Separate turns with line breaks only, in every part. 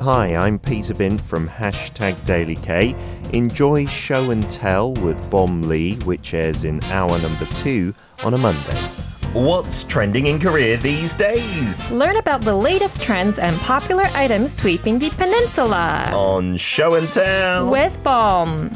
Hi, I'm Peter Bint from hashtag DailyK. Enjoy Show and Tell with Bom Lee, which airs in hour number two on a Monday. What's trending in Korea these days?
Learn about the latest trends and popular items sweeping the peninsula
On Show and Tell.
with Bomb.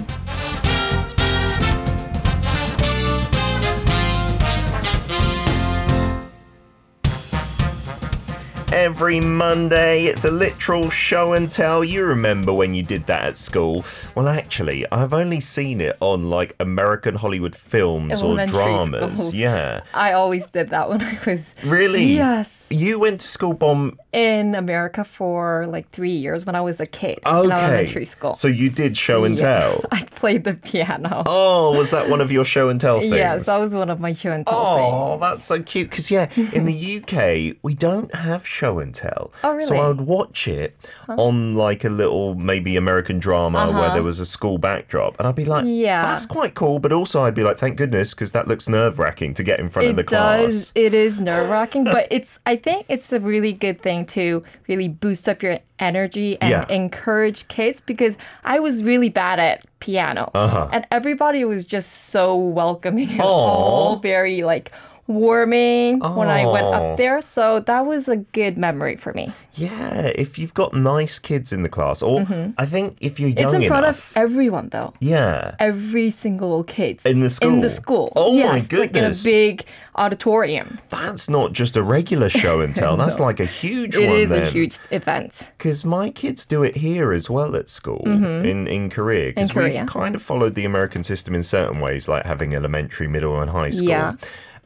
Every Monday, it's a literal show and tell. You remember when you did that at school? Well, actually, I've only seen it on like American Hollywood films or
Elementary
dramas.
school.
Yeah.
I always did that when I was
Really?
Yes.
You went to school bomb.
in America for like three years when I was a kid
Okay.
in elementary school.
So you did show and
Yeah.
tell.
I played the piano.
Oh, was that one of your show and tell things?
yes, that was one of my show and tell
Oh, that's so cute. Because, yeah, in the UK, we don't have show and tell.
Oh,
So I
really?
would watch it on like a little, maybe American drama where there was a school backdrop. And I'd be like,
Uh-huh. Yeah.
that's quite cool. But also, I'd be like, thank goodness, because that looks nerve wracking to get in front of
things.
the
It does.
class.
It is nerve wracking, but it's. I think it's a really good thing to really boost up your energy and
Yeah.
encourage kids because I was really bad at piano, uh-huh. and everybody was just so welcoming and all very like warming when I went
Aw.
up there. So that was a good memory for me.
Yeah, if you've got nice kids in the class, or I think if you're young
Mm-hmm. It's in front
enough.
of everyone though.
yeah.
Every single kid
In the
In the
school?
school.
Oh my
yes, Like in a
goodness.
big auditorium.
That's not just a regular show and tell. That's like a huge
It
one.
is
then.
a huge event.
because my kids do it here as well at school in, in Korea. Because
Mm-hmm. In
we've
Korea.
kind of followed the American system in certain ways, like having elementary, middle, and high school.
Yeah.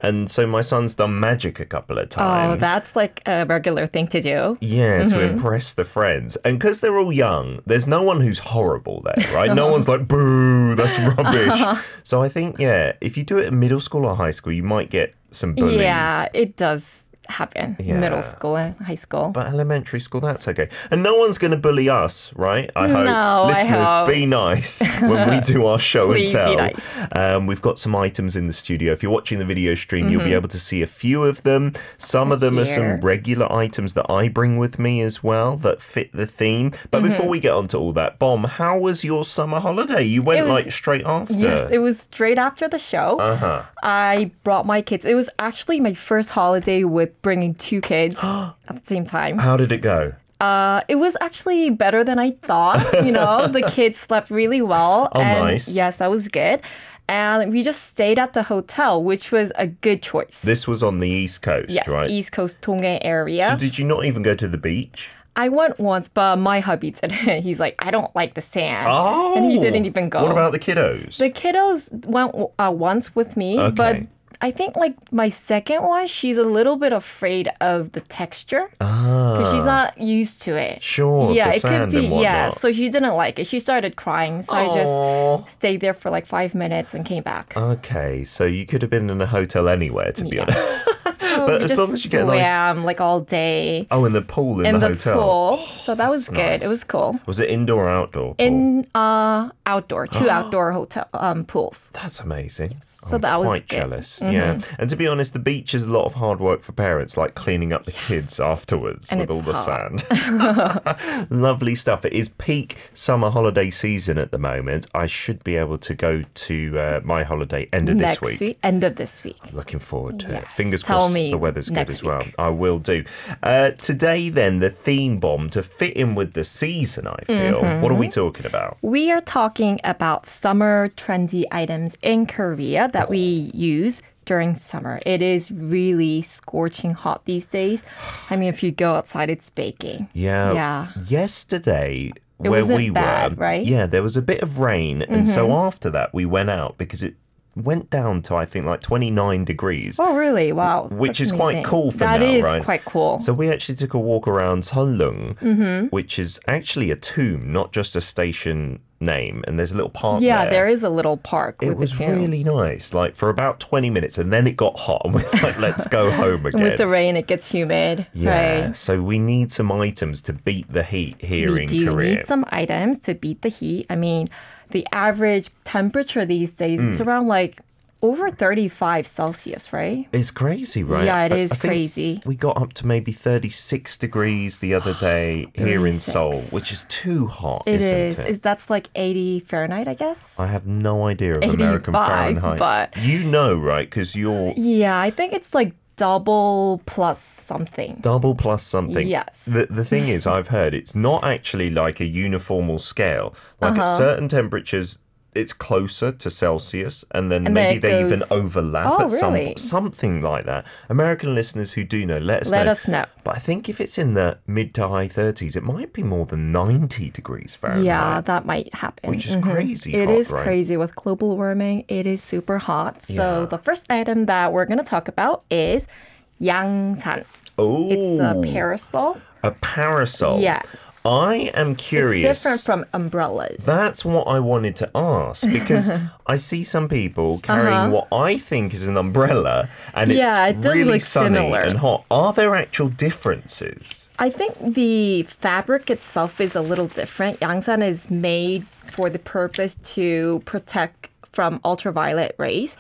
And so my son's done magic a couple of times.
Oh, that's like a regular thing to do.
Yeah, to
Mm-hmm.
impress the friends. And because they're all young, there's no one who's horrible there, right? no one's like, boo, that's
Uh-huh.
rubbish. so I think, yeah, if you do it in middle school or high school, you might get some bullies.
Yeah, it does happen. in
Yeah.
Middle school and high school.
But elementary school, that's okay. And no one's going to bully us, right? I hope.
No, I
Listeners,
hope.
be nice when we do our show
Please
and
be
tell.
nice.
Um, we've got some items in the studio. If you're watching the video stream, you'll
Mm-hmm.
be able to see a few of them. Some of them are some
Here.
regular items that I bring with me as well that fit the theme. But
Mm-hmm.
before we get onto all that, Bomb, how was your summer holiday? You went
was-
like straight after.
Yes, it was straight after the show. Uh-huh. I brought my kids. It was actually my first holiday with bringing two kids at the same time.
how did it go?
Uh, it was actually better than I thought. You know, the kids slept really well.
Oh,
and
nice.
Yes, that was good. And we just stayed at the hotel, which was a good choice.
This was on the East Coast,
yes,
right?
East Coast Tongye area.
so did you not even go to the beach?
I went once, but my hubby didn't. He's like, I don't like the sand.
Oh,
And he didn't even go.
What about the kiddos?
the kiddos went uh, once with me, but
Okay.
I think like my second one, she's a little bit afraid of the texture because she's not used to it.
Sure,
Yeah,
Ah. the
it
sand
could be.
and whatnot.
Yeah, so she didn't like it. She started crying, so I
Aw. Uh,
just stayed there for like five minutes and came back.
Okay, so you could have been in a hotel anywhere, to be honest.
So
but
we
as
just
long as you get a nice-
swam like all day
Oh, in the pool in,
in
the,
the,
hotel. Oh,
pool, so that was good.
nice.
It was cool.
Was it indoor or outdoor? pool?
in uh outdoor two outdoor hotel um pools
That's amazing.
So
I'm
that was Mm-hmm.
quite
good.
jealous. Yeah, and to be honest, the beach is a lot of hard work for parents, like cleaning up the kids afterwards
And
with all
it's
the
hot.
sand. Lovely stuff. It is peak summer holiday season at the moment. I should be able to go to uh, my holiday end of
next
this week.
end of this week
Looking forward to it.
Yes.
Fingers
Tell
crossed
me
the weather's good
next
as well.
week.
I will do. Uh, today, then, the theme bomb to fit in with the season, I feel.
Mm-hmm.
What are we talking about?
we are talking about summer trendy items in korea that we
Oh.
use during summer it is really scorching hot these days i mean if you go outside it's baking
Yeah.
yeah
Yesterday,
It
where
wasn't
we
bad,
were,
right? Mm-hmm.
yeah, there was a bit of rain. And so after that, we went out because it went down to, I think, like 29 degrees.
oh really wow
Which is
that's
quite
amazing.
cool for
That
now,
is
right?
quite cool Mm-hmm.
So we actually took a walk around Seollung, which is actually a tomb, not just a station name. And there's a little park
yeah
there.
there is a little park
It
with
was
the tomb.
really nice, like for about 20 minutes, and then it got hot, and we we're like, let's go home again.
with the rain it gets humid
yeah,
right
so we need some items to beat the heat here
we
in
do
Korea.
need some
Mm.
items to beat the heat. I mean, the average temperature these days it's around like over 35 Celsius, right?
It's crazy, right?
Yeah, it
it is
is crazy.
We got up to maybe 36 degrees the other day here in
36.
Seoul, which is too hot,
It
isn't
is.
it?
Is that's like 80 Fahrenheit, I guess?
I have no idea of American
85,
Fahrenheit.
but-
You know, right? Because you're
yeah, I think it's like double plus something.
double plus something.
Yes.
The, the thing is, I've heard it's not actually like a uniformal scale. Like
Uh-huh.
at certain temperatures, it's closer to Celsius, and then
And then
maybe
it
they even
goes-
overlap
Oh,
at some
really?
something like that. American listeners who do know, let us
Let
know.
us know.
But I think if it's in the mid to high 30s, it might be more than 90 degrees Fahrenheit.
Yeah, that might happen.
Which is
Mhm.
crazy.
It
hot,
is
right?
crazy with global warming. It is super hot. So the first item that we're going to talk about is yangsan.
Oh,
It's a parasol.
a parasol.
Yes.
I am curious.
It's different from umbrellas.
That's what I wanted to ask because I see some people carrying what I think is an umbrella and it's
Uh-huh. Yeah, it does
really
look
sunny
similar.
and hot. Are there actual differences?
I think the fabric itself is a little different. Yangsan is made for the purpose to protect from ultraviolet rays.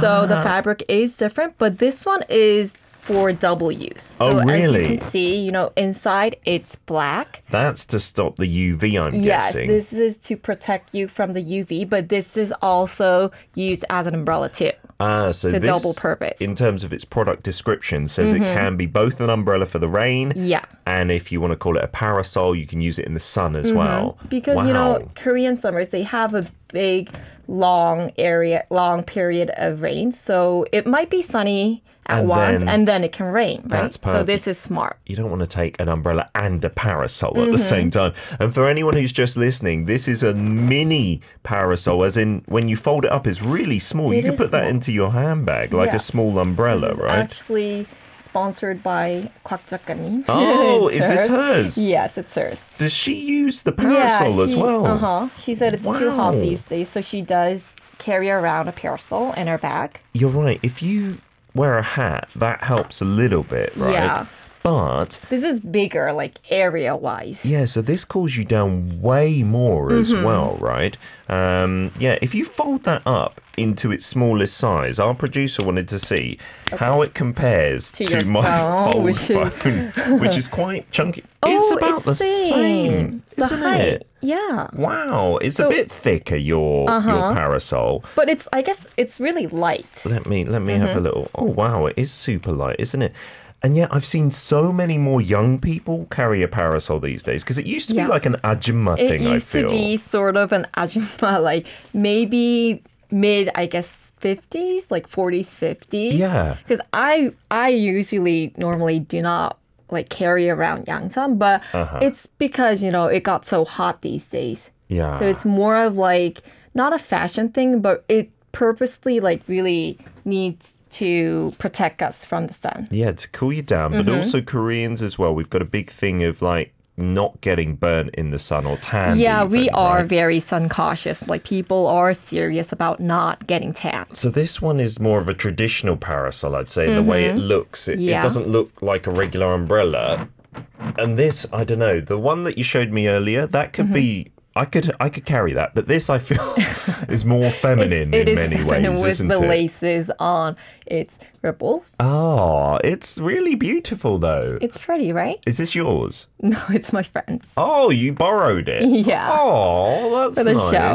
So
Ah.
the fabric is different, but this one is for double use. So
Oh,
as you
really?
can see, you know, inside it's black.
That's to stop the UV, I'm guessing.
Yes, this is to protect you from the UV, but this is also used as an umbrella too.
ah, so
a
this,
double purpose. Mm-hmm.
In terms of its product description, says it can be both an umbrella for the rain.
Yeah.
And if you want to call it a parasol, you can use it in the sun as well.
Mm-hmm. Because
wow.
you know, Korean summers they have a big long area long period of rain. So it might be sunny at
And
once
then-
and then it can rain, right?
That's
So this is smart.
you don't want to take an umbrella and a parasol
Mm-hmm.
at the same time. And for anyone who's just listening, this is a mini parasol, as in when you fold it up, it's really small. you
It
could
is
put that
small.
into your handbag, like
Yeah.
a small umbrella,
It's
right?
actually sponsored by Kwak Jakanim.
Oh, is this hers?
Yes, it's hers.
Does she use the parasol as well?
Uh huh. She said it's too hot
Wow.
these days, so she does carry around a parasol in her bag.
You're right. If you wear a hat, that helps a little bit, right?
Yeah.
But
This is bigger, like area wise.
Yeah, so this cools you down way more as
Mm-hmm.
well, right? Um, yeah, if you fold that up into its smallest size, our producer wanted to see how it compares to,
To your
my
phone,
fold
which is- Oh,
phone, which is quite chunky. it's about the same,
The
isn't
height.
it?
Yeah.
Wow, it's a
So- Uh-huh.
bit thicker your your parasol.
But it's, I guess, it's really light.
Let me let me
Mm-hmm.
have a little. Oh wow, it is super light, isn't it? And yet, I've seen so many more young people carry a parasol these days because it used to
Yeah.
be like an ajumma
It
thing. I
used
feel.
to be sort of an ajumma, like maybe mid, I guess, 50s, like 40s, 50s.
Yeah.
Because I, I usually normally do not like carry around yangsan, but
Uh-huh.
it's because, you know, it got so hot these days.
Yeah.
So it's more of like not a fashion thing, but it purposely like really needs to protect us from the sun.
yeah to cool you down, but
Mm-hmm.
also Koreans as well. We've got a big thing of like not getting burnt in the sun or tan.
Yeah, we
even,
are
right?
very sun cautious. Like people are serious about not getting tan.
So this one is more of a traditional parasol, I'd say, in the way it looks. It, it
Mm-hmm. Yeah.
doesn't look like a regular umbrella. And this, I don't know, the one that you showed me earlier, that could be.
Mm-hmm.
I could I could carry that, but this I feel is more feminine
It
in
is
many
feminine
ways,
with
isn't
the
it?
laces on its ripples.
Oh, it's really beautiful though.
It's pretty, right?
Is this yours?
No, it's my friend's.
Oh, you borrowed it.
Yeah.
Oh, that's
For the
nice.
show.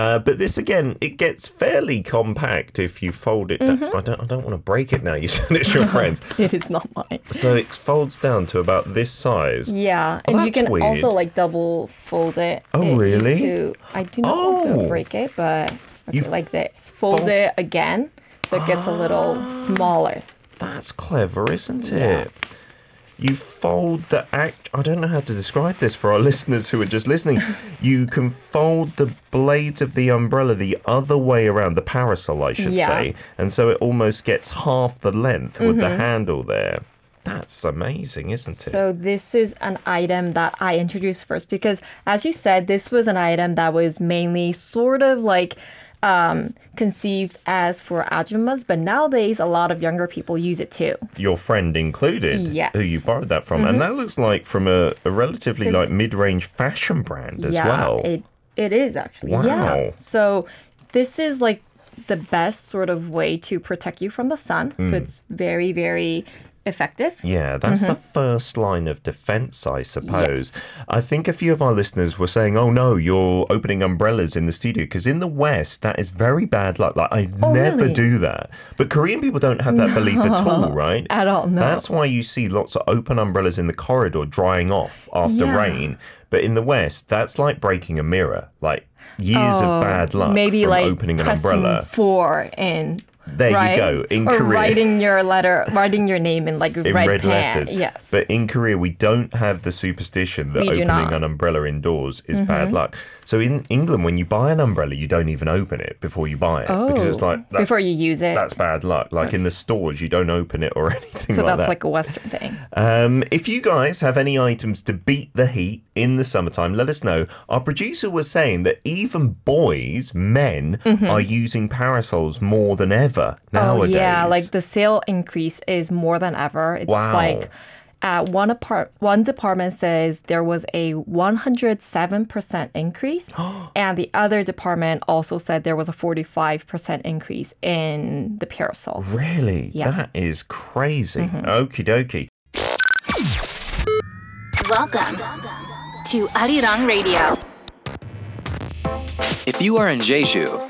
Uh, but this again, it gets fairly compact if you fold it.
Mm-hmm.
Down. I don't. I don't want to break it now. You said it's your friend's,
It is not mine.
so it folds down to about this size.
Yeah, and
Oh,
you
that's
can
weird.
also like double fold it.
Oh,
It used
really?
to- I do not want
Oh.
to break it, but
You
okay, like this. Fold
fold-
it again, so it gets a little smaller.
That's clever, isn't it? You fold the act. I don't know how to describe this for our listeners who are just listening. you can fold the blades of the umbrella the other way around, the parasol, I should
Yeah.
say. And so it almost gets half the length with the handle there. That's amazing, isn't it?
Mm-hmm. So this is an item that I introduced first because, as you said, this was an item that was mainly sort of like um, conceived as for ajummas, but nowadays a lot of younger people use it too.
Your friend included,
Yes. Mm-hmm.
who you borrowed that from. And that looks like from a, a relatively like mid range fashion brand as
yeah,
well.
it it is actually.
Wow.
Yeah. So this is like the best sort of way to protect you from the sun.
Mm.
So it's very, very effective.
Yeah, that's the
Mm-hmm.
first line of defense, I suppose. I think a few of our listeners were saying, oh no, you're opening umbrellas in the studio. Because in the West, that is very bad luck. Like, I never
Oh, really?
do that. But Korean people don't have that belief at all, right?
At all, no.
That's why you see lots of open umbrellas in the corridor drying off after
Yeah.
rain. But in the West, that's like breaking a mirror. Like, years of bad luck
Oh, Maybe
from
like
opening an
pressing
umbrella.
four in.
There you
right?
go, in
or
Korea.
writing your letter, writing your name in like
in
red,
red,
pen.
letters.
Yes.
But in Korea, we don't have the superstition that
We do
opening
not. Mm-hmm.
an umbrella indoors is bad luck. So in England, when you buy an umbrella, you don't even open it before you buy it because it's
Oh,
like that's,
before you use it.
That's bad luck. Like in the stores, you don't open it or anything
so
like
that's
that.
like a Western thing.
Um, if you guys have any items to beat the heat in the summertime, let us know. Our producer was saying that even boys, men, are using parasols more than ever nowadays.
Mm-hmm. Oh yeah, like the sale increase is more than ever. It's
Wow.
like uh, one apart one department says there was a 107% increase and the other department also said there was a 45% increase in the parasols.
Really?
Yeah.
That is crazy. Okie dokie.
Welcome to Arirang Radio,
If you are in Jeju,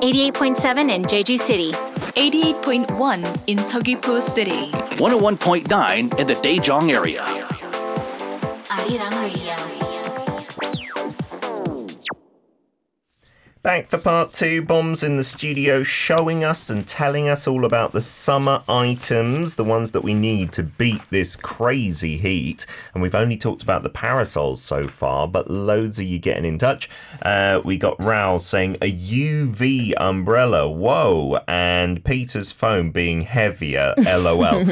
88.7 in Jeju City,
88.1 in Seogwipo City.
101.9 in the Daejeong area.
Arirang Radio.
Back for part two. Bombs in the studio showing us and telling us all about the summer items, the ones that we need to beat this crazy heat. And we've only talked about the parasols so far, but loads of you getting in touch. Uh, we got Rao saying a UV umbrella, whoa, and Peter's phone being heavier, lol.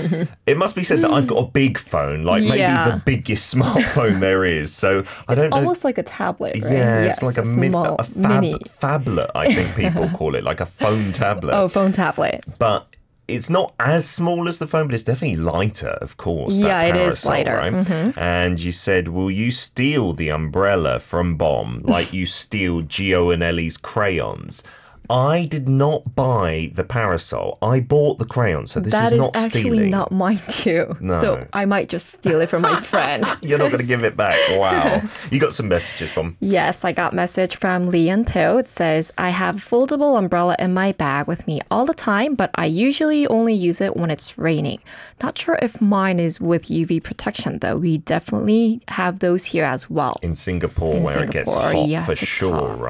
it must be said that I've got a big phone, like maybe
Yeah.
the biggest smartphone there is. So I don't know.
Almost like a tablet, right?
Yeah, it's like a, min-
small,
a fab-
mini.
phablet, I think people call it, like a phone tablet.
Oh, phone tablet.
But it's not as small as the phone, but it's definitely lighter, of course. that
Yeah, it is
parasol,
lighter. Mm-hmm.
Right? And you said, Will you steal the umbrella from Bomb like you steal Gio and Ellie's crayons? I did not buy the parasol. I bought the crayons, so this
That
is
is
not
actually
stealing.
not mine too.
No.
So I might just steal it from my friend.
You're not going to give it back. Wow. you got some messages, Bomb.
Yes, I got message from Lee and Teo. It says, I have foldable umbrella in my bag with me all the time, but I usually only use it when it's raining. Not sure if mine is with UV protection though. We definitely have those here as well.
in Singapore
In
where it gets
Singapore,
hot
yes,
for
it's
sure,
hot. Mm-hmm.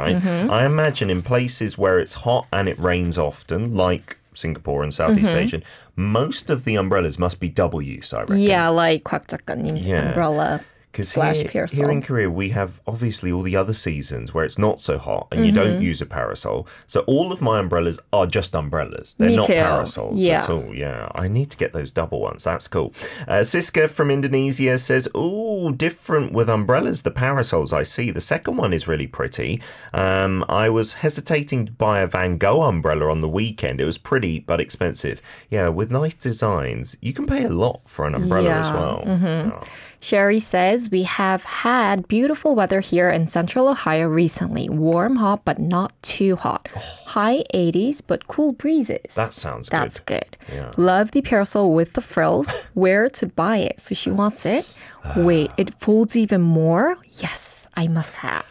right? I imagine in places where it's hot and it rains often, like Singapore and Southeast
Mm-hmm.
Asia, most of the umbrellas must be double use, I reckon.
Yeah, like Kwak 작가님's
Yeah.
umbrella.
Because
Slash
here,
parasol.
here in Korea, we have obviously all the other seasons where it's not so hot and you don't
Mm-hmm.
use a parasol. So all of my umbrellas are just umbrellas. They're
Me
not
too.
parasols
Yeah.
at all. Yeah, I need to get those double ones. That's cool. Uh, Siska from Indonesia says, Ooh, different with umbrellas, the parasols I see. The second one is really pretty. Um, I was hesitating to buy a Van Gogh umbrella on the weekend. It was pretty but expensive. Yeah, with nice designs, you can pay a lot for an umbrella as
Yeah. Mm-hmm.
well. Oh, Yeah.
Sherry says, We have had beautiful weather here in central Ohio recently. Warm, hot, but not too hot. High 80s, but cool breezes.
That sounds good.
That's good. Love the parasol with the frills. Where to buy it? So she wants it. Wait, it folds even more? Yes, I must have.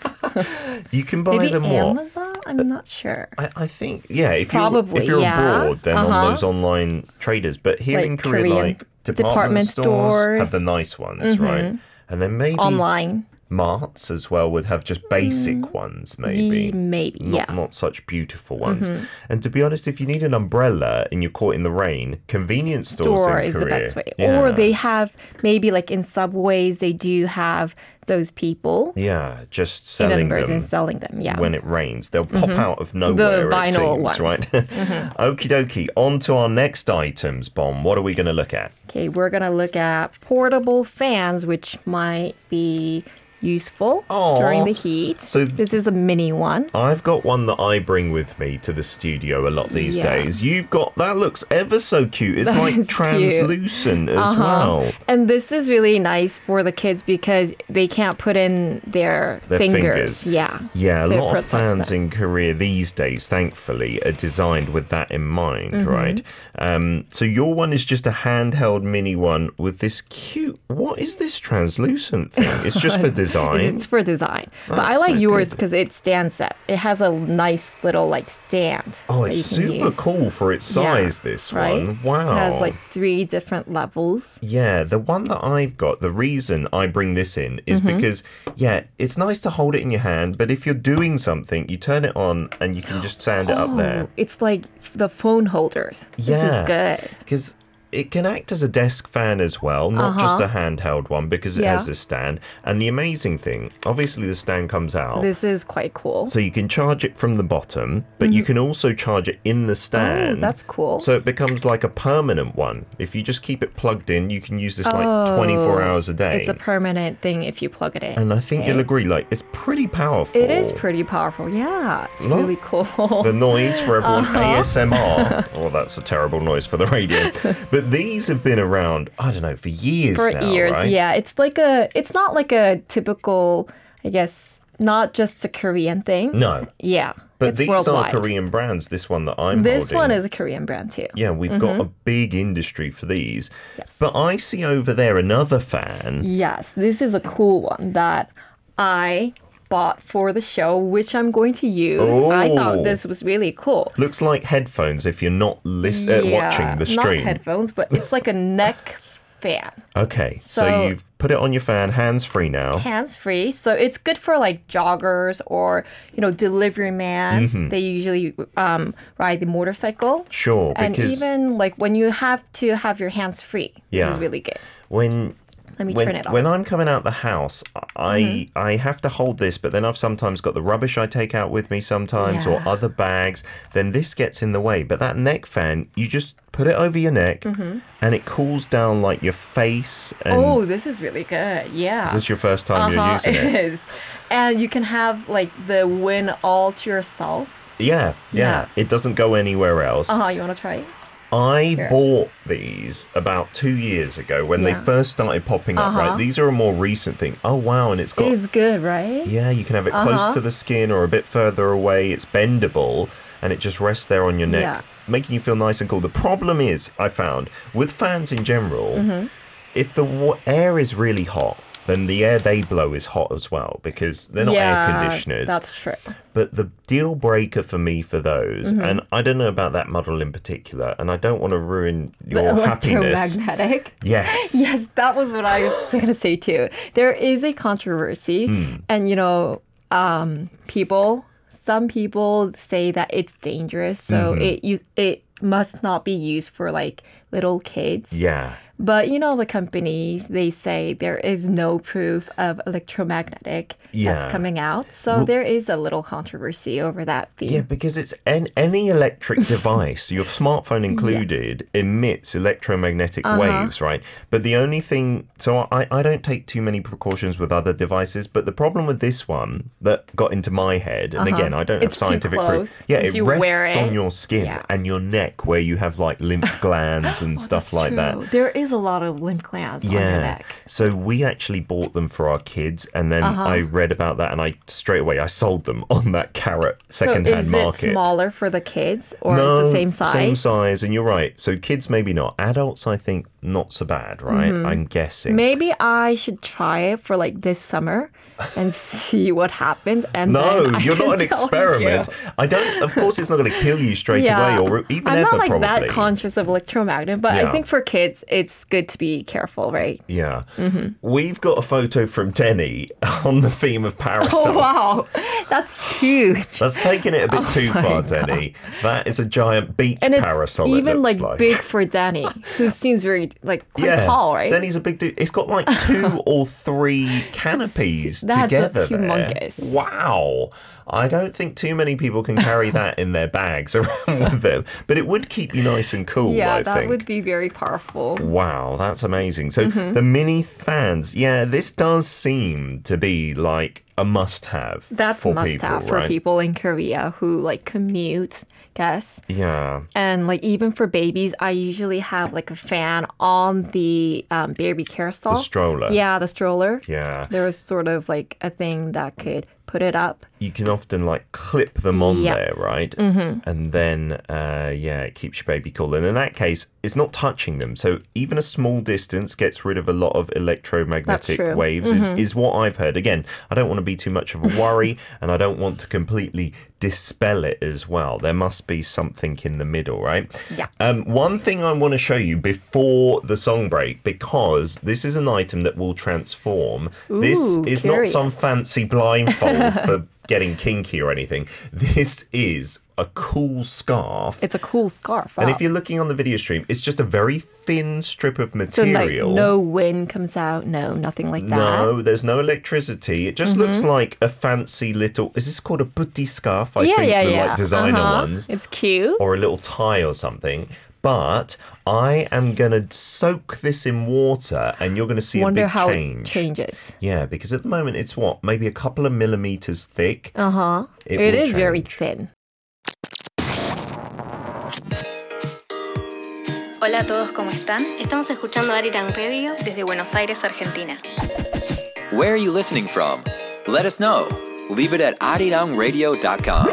You can buy
Maybe
them what?
Amazon? I'm not sure.
I, I think, yeah, if
Probably,
you're, if you're
yeah. Uh-huh.
abroad, then on those online traders. But here in
Like
Korea,
Korean
like department,
department
stores, have
stores. Mm-hmm.
the nice ones, right? And then maybe
Online. Mm-hmm.
marts as well would have just basic ones, maybe.
Ye- Maybe.
Not,
yeah. Mm-hmm.
not such beautiful ones. And to be honest, if you need an umbrella and you're caught in the rain, convenience stores
Store
in
is the
Korea-
best way.
Yeah.
Or they have maybe like in subways, they do have those people
yeah, just
in
selling
numbers
them.
and selling them. Yeah.
when it rains. They'll pop out of nowhere. it
Mm-hmm. vinyl
seems,
ones. Mm-hmm.
right? Okie dokie. On to our next items, Bomb. What are we going to look at?
Okay, we're gonna look at portable fans, which might be useful
Aw.
during the heat.
So-
this is a mini one.
I've got one that I bring with me to the studio a lot these
Yeah.
days. You've got that looks ever so cute. It's like
is cute. Uh-huh.
translucent as well.
And this is really nice for the kids because they can't put in their,
Their fingers.
Yeah.
Yeah,
So
a
it
lot of
protects
fans
them.
in Korea these days, thankfully, are designed with that in mind,
Mm-hmm.
right? Um, so your one is just a handheld mini one with this cute. What is this translucent thing? It's just for design.
It's for design. but I
That's
like
so
yours
good.
because it stands up. It has a nice little like stand.
oh,
that
it's
you can
super
use.
cool for its
Yeah,
size. this
right?
one, wow.
It has like three different levels.
Yeah, the one that I've got, the reason I bring this in is
Mm-hmm.
because, yeah, it's nice to hold it in your hand, but if you're doing something, you turn it on and you can just stand it up there.
Oh, it's like f- the phone holders. This is good.
Because it can act as a desk fan as well, not just a handheld one, because it
Uh-huh. Yeah.
has a stand. And the amazing thing, obviously, the stand comes out.
This is quite cool.
so you can charge it from the bottom, but you can also charge it in the stand.
Mm-hmm. Oh, that's cool.
So it becomes like a permanent one. If you just keep it plugged in, you can use this like 24 hours a day.
Oh, it's a permanent thing if you plug it in.
and I think you'll agree, like it's pretty powerful.
It is pretty powerful. Yeah, it's
Look.
really cool.
the noise for everyone
Uh-huh.
ASMR. oh, that's a terrible noise for the radio. But these have been around, I don't know, for years
for
now,
ears.
right?
Yeah, it's like a. It's not like a typical. I guess not just a Korean thing.
No,
Yeah,
but
it's
these
worldwide.
are Korean brands. This one that I'm
This
holding.
one is a Korean brand too.
Yeah, we've
Mm-hmm.
got a big industry for these. But I see over there another fan.
Yes, this is a cool one that I bought for the show, which I'm going to use. I
Oh.
thought this was really cool.
Looks like headphones if you're not lis- uh, watching the
Not
stream.
headphones, but it's like a neck fan,
okay, so,
So-
you've put it on your fan, hands free now.
hands free. So it's good for like joggers or you know delivery man. They usually um, ride the motorcycle.
Mm-hmm. Sure,
And
because
even like when you have to have your hands free, this
Yeah.
is really good.
when
Let me
when,
turn it off. Mm-hmm.
when I'm coming out the house, I I have to hold this, but then I've sometimes got the rubbish I take out with me sometimes or
Yeah.
other bags. Then this gets in the way. But that neck fan, you just put it over your neck, and it cools down like your face. And
Mm-hmm. oh, this is really good. Yeah.
is this your first time
Uh-huh,
you're using it?
It is. And you can have like the win all to yourself.
Yeah, yeah,
Yeah.
It doesn't go anywhere else.
Uh huh. You want to try it?
I bought these about two years ago when they
Yeah. Uh-huh.
first started popping up. Right, these are a more recent thing. Oh wow, and it's got
It is good, right?
Yeah, you can have it
Uh-huh.
close to the skin or a bit further away. It's bendable and it just rests there on your neck,
Yeah.
making you feel nice and cool. The problem is, I found, with fans in general,
Mm-hmm.
if the wa- air is really hot, then the air they blow is hot as well because they're not air conditioners.
That's true.
But the deal breaker for me for those,
Mm-hmm.
and I don't know about that model in particular, and I don't want to ruin your happiness.
Electromagnetic.
Yes.
Yes, that was what I was going to say too. There is a controversy,
Hmm.
and you know, um, people, some people say that it's dangerous, so
Mm-hmm.
it you it must not be used for like little kids.
Yeah.
But you know, the companies they say there is no proof of electromagnetic
Yeah.
that's coming out, so there is a little controversy over that. Being
Yeah, because it's an, any electric device, your smartphone included, emits electromagnetic
Uh-huh.
waves, right? But the only thing, so I, I don't take too many precautions with other devices, but the problem with this one that got into my head, and again, I don't
Uh-huh. It's too
have scientific proof.
close,
Yeah, it
since you wear
rests on
it.
your skin
Yeah. Oh,
and your neck where you have like lymph glands and stuff like that.
True. There is a lot of lymph glands on your neck. Uh-huh.
So we actually bought them for our kids, and then I read about that, and I straight away I sold them on that carrot secondhand
so is
market.
it smaller for the kids, or is it the same size?
Same size, and you're right. So kids maybe not. Adults, I think, not so bad, right? I'm guessing.
Mm-hmm. Maybe I should try it for like this summer and see what happens. And
no,
then I
you're
can
not an
tell you.
experiment. I don't. Of course, it's not going to kill you straight
Yeah.
away, or even
I'm
ever.
not like
probably.
that conscious of electromagnet, but
Yeah.
I think for kids, it's good to be careful, right?
yeah,
Mm-hmm.
we've got a photo from Denny on the theme of parasites.
Oh wow, that's huge.
That's taking it a bit too far, Denny. That is a giant beach
Oh And it's
parasol. it
even
looks
like,
like,
big for Danny, who seems very like quite
yeah.
tall, right?
Denny's a big dude. It's got like two or three canopies
that's
together. there.
humongous.
Wow. I don't think too many people can carry that in their bags around with them. But it would keep you nice and cool,
yeah,
I
that
think.
would Mm-hmm. be very powerful.
Wow, that's amazing. So the mini fans, yeah, this does seem to be like a must have.
That's
for
must
people,
have for
right?
people in Korea who like commute, guess.
Yeah.
And like even for babies, I usually have like a fan on the um, baby care stall.
stroller.
Yeah, the stroller.
Yeah.
There was sort of like a thing that could put it up.
You can often like clip them on
Yes.
there, right? Mm-hmm. And then, uh, yeah, it keeps your baby cool. And in that case, it's not touching them. So even a small distance gets rid of a lot of
true. Mm-hmm.
electromagnetic waves, is, is what I've heard. Again, I don't want to be too much of a worry and I don't want to completely dispel it as well. There must be something in the middle, right?
Yeah.
Um, one thing I want to show you before the song break, because this is an item that will transform. this
Ooh,
is
curious.
not some fancy blindfold for getting kinky or anything. This is a cool scarf.
It's a cool scarf. uh,
and
wow.
if you're looking on the video stream, it's just a very thin strip of
so like
material.
no wind comes out, no nothing like that. Mm-hmm.
No, there's no electricity. It just looks like a fancy little. Is this called a putty scarf? I
yeah,
think
yeah,
the
yeah.
like designer
Uh-huh.
ones
It's cute.
or a little tie or something. But I am gonna soak this in water, and you're gonna see a
Wonder
big
how
change.
it changes.
Yeah, because at the moment it's what maybe a couple of millimeters thick.
Uh huh.
It
it
will
is very
change.
thin.
Hola a todos, ¿cómo están? Estamos escuchando Arirang Radio desde Buenos Aires, Argentina.
Where are you listening from? Let us know. Leave it at arirangradio.com.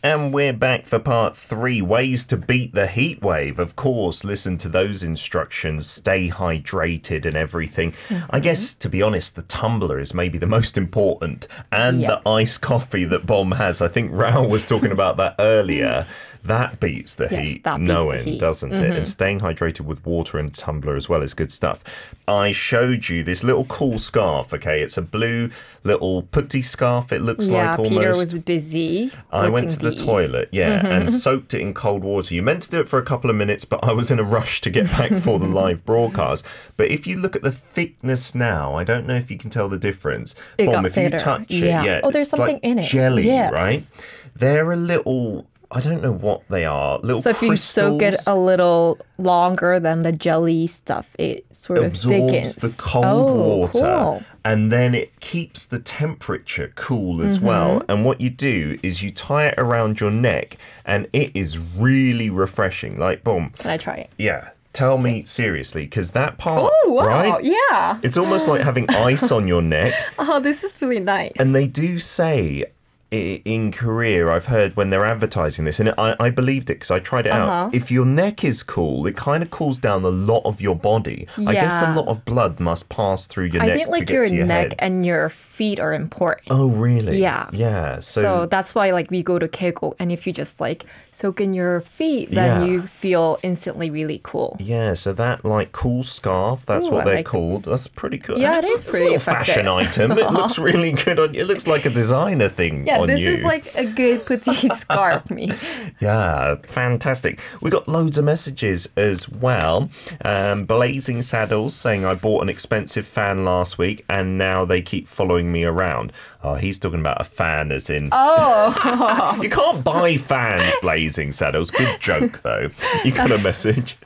And we're back for part three ways to beat the heat wave. Of course, listen to those instructions, stay hydrated and everything.
Mm-hmm.
I guess, to be honest, the tumbler is maybe the most important, and
Yeah.
the iced coffee that Bomb has. I think Raoul was talking about that earlier. That beats the
Yes,
heat,
that beats the
no end,
heat. Mm-hmm.
doesn't it? And staying hydrated with water and tumbler as well is good stuff. I showed you this little cool scarf, okay? It's a blue little putty scarf, it looks
yeah,
like almost.
Peter was busy.
I went to
watching
the
these.
toilet, yeah,
Mm-hmm.
and soaked it in cold water. You meant to do it for a couple of minutes, but I was in a rush to get back for the live broadcast. But if you look at the thickness now, I don't know if you can tell the difference.
It
Bomb,
got
if
thinner,
you touch
yeah.
it, yeah,
Oh, there's
it's like
something in it.
Jelly,
Yes.
right? They're a little. I don't know what they are. Little
So if you soak it
crystals.
a little longer than the jelly stuff, it sort of
absorbs
thickens.
the cold
oh,
water
Cool.
and then it keeps the temperature cool as well and what you do is you tie it around your neck and it is really refreshing like boom
Can I try it?
yeah tell me seriously because that part
Oh wow!
right
Yeah.
it's almost like having ice on your neck
Oh, this is really nice.
and they do say i- in Korea, I've heard when they're advertising this, and I, I believed it because I tried it
Uh-huh.
out. If your neck is cool, it kind of cools down a lot of your body. I guess a
Yeah.
lot of blood must pass through your
I
neck
think
to
like
get
your,
to your head.
neck and your feet are important.
oh, really?
Yeah.
Yeah. So,
So, that's why like we go to Kegel, and if you just like soak in your feet, then
Yeah.
you feel instantly really cool.
yeah, so that like cool scarf, that's
Ooh,
what
I
they're
like
called. That's pretty good.
Yeah,
And it's
it
a-
is
it's
pretty
a little fashion item. it looks really good on you. It looks like a designer thing
Yeah,
on
this
you.
is like a good putty scarf me.
Yeah, fantastic. We got loads of messages as well. Um, Blazing Saddles saying, I bought an expensive fan last week and now they keep following me around. Oh, he's talking about a fan as in. Oh! you can't buy fans, Blazing Saddles. Good joke, though. You got a message.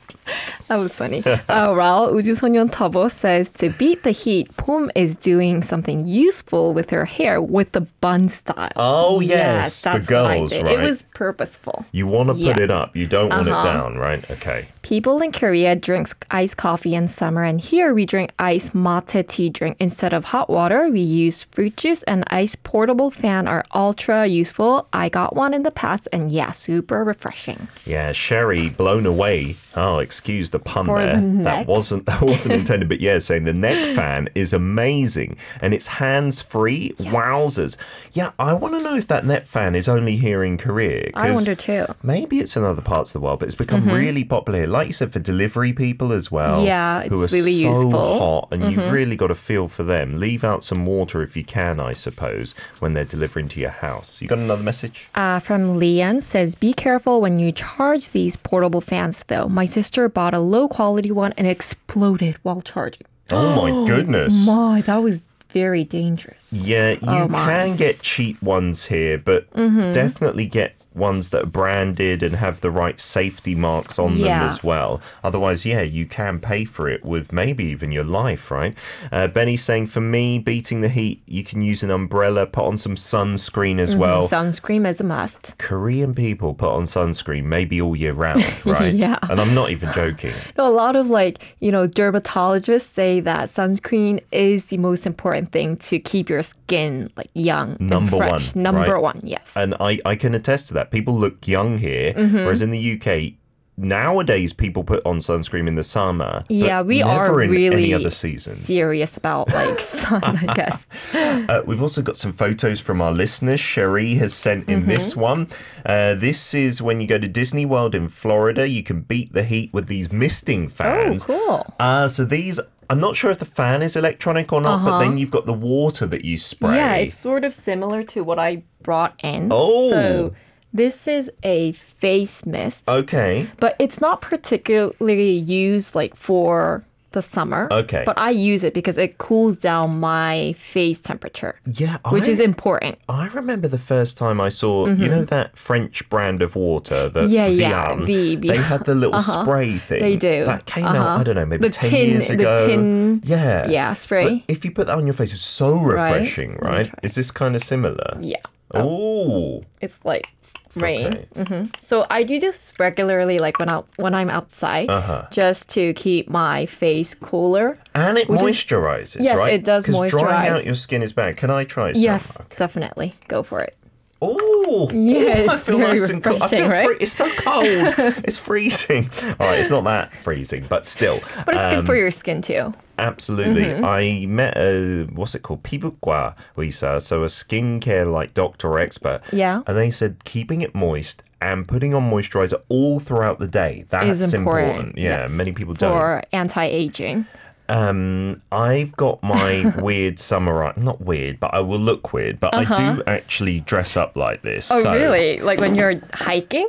That was funny. Uh, Raul 우주소년 Tabo says to beat the heat, Pum is doing something useful with her hair with the bun style.
Oh, yes, for
that's what I
girls,
did.
right.
It was purposeful.
You want to put
Yes. Uh-huh.
it up, you don't want it down, right? Okay.
People in Korea drinks iced coffee in summer, and here we drink iced mate tea drink instead of hot water. We use fruit juice and ice portable fan are ultra useful. I got one in the past, and yeah, super refreshing.
Yeah, Sherry blown away. Oh, excuse the pun
For
there.
the
That
neck.
wasn't that wasn't intended, but yeah, saying the neck fan is amazing and it's hands free. Wowzers! Yeah, I want to know if that neck fan is only here in Korea.
I
'cause
wonder too. Mm-hmm.
Maybe it's in other parts of the world, but it's become really popular, here. like you said, for delivery people as well.
Yeah,
who
it's
are
really
so
useful. Mm-hmm.
hot, and you've really got to feel for them. Leave out some water if you can, I suppose, when they're delivering to your house. You got another message?
Uh, from Leanne says, Be careful when you charge these portable fans, though. My sister bought a low quality one and exploded while charging.
oh my goodness!
My, that was very dangerous. Oh Mm-hmm.
Yeah, you can get cheap ones here, but definitely get ones that are branded and have the right safety marks on them
Yeah.
as well. Otherwise, yeah, you can pay for it with maybe even your life, right? Uh, Benny's saying, for me, beating the heat, you can use an umbrella, put on some sunscreen
Mm-hmm.
as well.
Sunscreen is a must.
Korean people put on sunscreen maybe all year round, right?
Yeah.
And I'm not even joking.
No, a lot of like, you know, dermatologists say that sunscreen is the most important thing to keep your skin like young.
Number
and fresh.
one,
Number
right?
one, yes. Mm-hmm.
And I, I can attest to that. People look young here, whereas in the UK, nowadays people put on sunscreen in the summer. but
yeah, we
never
are
in
really
any other seasons.
serious about like sun, I guess.
Uh, we've also got some photos from our listeners. Cherie has sent in
Mm-hmm.
this one. Uh, this is when you go to Disney World in Florida. You can beat the heat with these misting fans.
Oh, cool.
Uh, so these, I'm not sure if the fan is electronic or not, but then you've got the water that you spray.
Uh-huh. Yeah, it's sort of similar to what I brought in.
Oh. Oh.
So this is a face mist,
okay.
but it's not particularly used like for the summer.
Okay.
But I use it because it cools down my face temperature,
Yeah,
which
I,
is important.
I remember the first time I saw, you know, that French brand of water, the
Mm-hmm. Yeah, yeah,
Vian?
the-
They had the little spray thing.
They do. Uh-huh.
That came out, I don't know, maybe
The
10
tin-
years
the
ago.
tin-
yeah.
yeah, spray.
But if you put that on your face, it's so refreshing,
Let me
right?
try.
Is this kind of similar?
Yeah.
Oh,
It's like rain. Mm-hmm.
okay.
So I do this regularly, like when out when I'm outside,
Uh-huh.
just to keep my face cooler.
And it
is-
moisturizes,
Yes,
right?
it does
Because drying
moisturize.
out your skin is bad. Can I try some?
Yes, definitely. Go for it.
Oh,
Yeah,
I
it's
feel
very
nice and cool. I
refreshing,
feel
right?
free- it's so cold. it's freezing. All right, it's not that freezing, but still.
But it's
Um,
good for your skin too.
Absolutely.
Mm-hmm.
I met a, what's it called? Pibukwa Lisa, so a skincare like doctor expert.
Yeah.
And they said keeping it moist and putting on moisturizer all throughout the day. That's
is important.
Yeah,
yes,
many people don't.
for anti-aging.
Um, I've got my weird summer, not weird, but I will look weird, but I do actually dress up like this.
Uh-huh. Oh,
so
really? Like when you're hiking,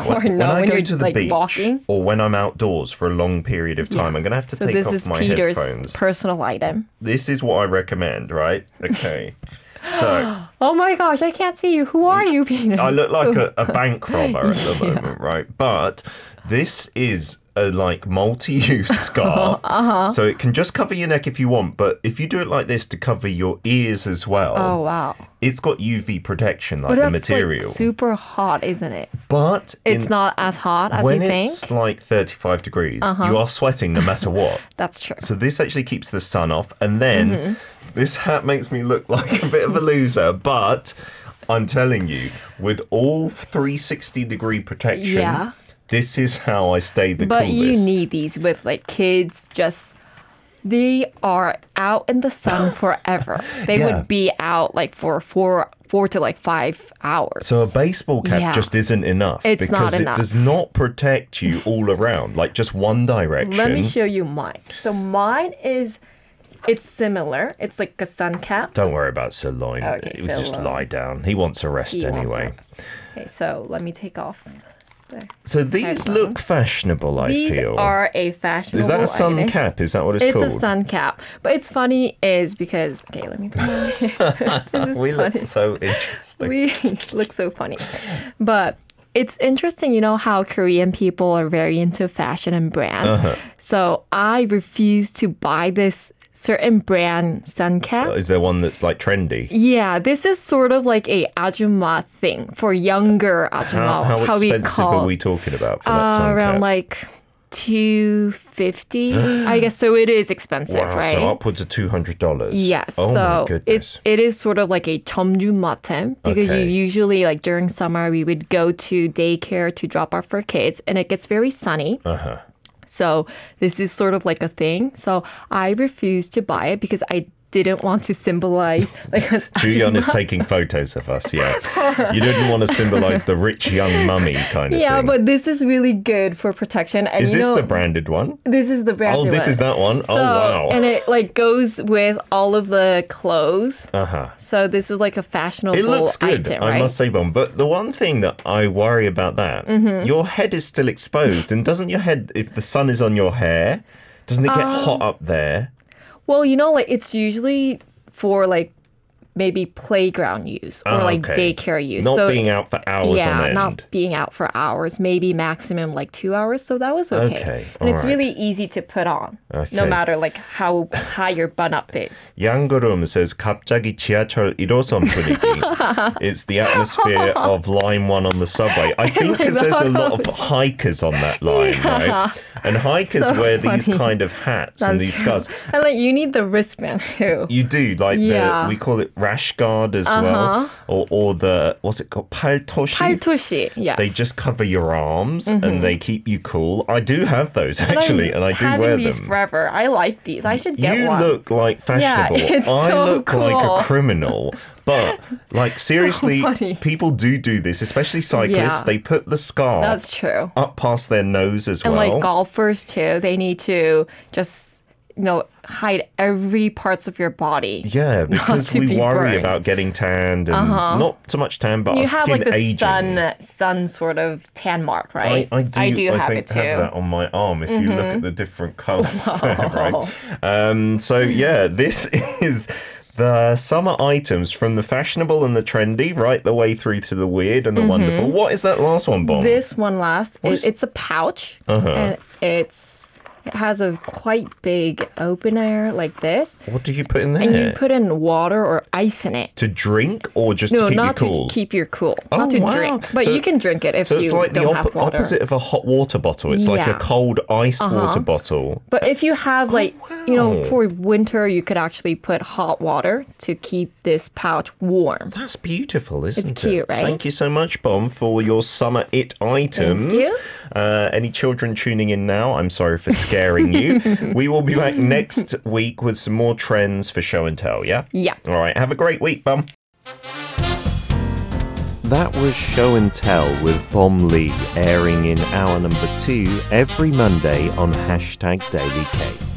When
no,
I
when
go
you're
to the
like
beach
walking.
or when I'm outdoors for a long period of time, I'm going to have to
So
take
this
off
is
my
Peter's
headphones.
personal item.
this is what I recommend, right? Okay. so.
Oh my gosh, I can't see you. Who are you, Peter?
I look like a,
Oh,
a bank robber at the moment, right? But this is a like multi-use scarf,
Uh-huh.
so it can just cover your neck if you want. But if you do it like this to cover your ears as well,
oh wow.
it's got UV protection like
But
the
that's
material.
like super hot, isn't it?
but
It's
in-
not as hot as
when
you think. Uh-huh.
it's like 35 degrees, you are sweating no matter what.
That's true.
So this actually keeps the sun off, and then
Mm-hmm.
this hat makes me look like a bit of a loser. But I'm telling you, with all 360 degree protection,
Yeah.
this is how I stay the
But
coolest.
you need these with like kids just they are out in the sun forever. They
Yeah.
would be out like for four four to like five hours.
so a baseball cap
Yeah.
just isn't enough
It's
because
not
it
enough.
does not protect you all around, like just one direction.
Let me show you mine. So mine is it's similar. It's like a sun cap.
Don't worry about Sir Loin.
Okay,
he would
Sir
just
Loin.
lie down. He wants a rest
He wants
anyway.
ours. Okay, so let me take off. There.
So these look fashionable, I
These
feel.
are a fashionable.
is that a sun
item.
cap? Is that what it's,
It's
called?
a sun cap, but it's funny is because okay, let me. Put mine here. this is
we
funny.
look so interesting.
we look so funny. But it's interesting, you know, how Korean people are very into fashion and brands.
Uh-huh.
So I refuse to buy this certain brand sun cap.
Is there one that's like trendy?
Yeah, this is sort of like a ajumma thing for younger
How,
ajumma.
how
we
expensive
call
are we talking about for that
uh,
sun
around
cap?
like 250 I guess so it is expensive,
wow,
right?
so upwards of two hundred dollars.
Yes.
Oh my
so
goodness.
it's it is sort of like a chomju matem because
Okay.
you usually like during summer we would go to daycare to drop off our kids and it gets very sunny.
Uh-huh.
So this is sort of like a thing. So I refused to buy it because I didn't want to symbolize like an
Julian is taking photos of us. Yeah, you didn't want to symbolise the rich young mummy kind of
yeah,
thing.
but this is really good for protection. And
is
you
this
know,
the branded one?
This is the brand.
Oh,
new
this is that one? Oh,
So-
wow.
And it like goes with all of the clothes.
Uh huh.
So this is like a fashionable
It looks good, I
item, right? Mm-hmm.
must say, Bon. But the one thing that I worry about that, your head is still exposed, and doesn't your head, if the sun is on your hair,
Um,
doesn't it get hot up there?
Well, you know, like it's usually for like maybe playground use or
Ah,
like
okay.
daycare use.
Not
so
being out for hours
yeah,
on end.
not being out for hours, maybe maximum like two hours. So that was okay.
Okay,
and it's
alright.
really easy to put on, no
Okay.
matter like how high your bun up is.
양그름 says 갑자기 지하철 1호선 분위기. it's the atmosphere of line 1 on the subway. I think because there's a lot of hikers on that line, right? And hikers
So
wear these
funny.
kind of hats and these
That's true.
scarves.
And like you need the wristband too.
You do like
Yeah. Uh-huh.
the we call it rash guard as well, or or the what's it called paltoshi.
팔토시, yes.
They just cover your arms
Mm-hmm.
and they keep you cool. I do have those
I'm
actually, and I do
having
wear
these
them.
forever. I like these. I should get
you
one.
look like fashionable.
it's
I
so
look like
cool.
a criminal. But like seriously,
funny.
people do do this, especially cyclists.
Yeah.
They put the scarf
That's true.
up past their nose as
And
well.
like golfers too, they need to just you know hide every parts of your body.
yeah, because
to
we
be
worry
burned.
about getting tanned and not so much tan, but
You
our
have
skin
like the
aging.
sun sun sort of tan mark,
I,
right?
I do,
have
think,
it too. Mm-hmm.
have that on my arm if you look at the different colours there, right?
Oh.
Um, so,
Mm-hmm.
yeah, this is the summer items from the fashionable and the trendy right the way through to the weird and the wonderful. What is that last one, Bomb?
Mm-hmm. This one
is-
last.
Uh-huh.
It, it's a pouch, and it's it has a quite big opener like this,
what do you put in there?
and you put in water or ice in it.
to drink or just to
No,
keep
not
you cool?
to keep your cool.
Oh,
not to
wow.
drink, but
So-
you can drink it if
so
you
it's like the
don't
op-
have water.
opposite of a hot water bottle. It's like a
Yeah. Uh-huh.
cold iced water bottle.
But if you have like you
Oh, wow.
know for winter, you could actually put hot water to keep this pouch warm.
That's beautiful, isn't it?
cute, right?
Thank you so much, Bom, for your summer it items.
you.
Uh, any children tuning in now, I'm sorry for scaring you. we will be back next week with some more trends for show and tell, yeah?
Yeah.
All right, have a great week, Bom. That was Show and Tell with Bom Lee, airing in hour number two every Monday on hashtag Daily K.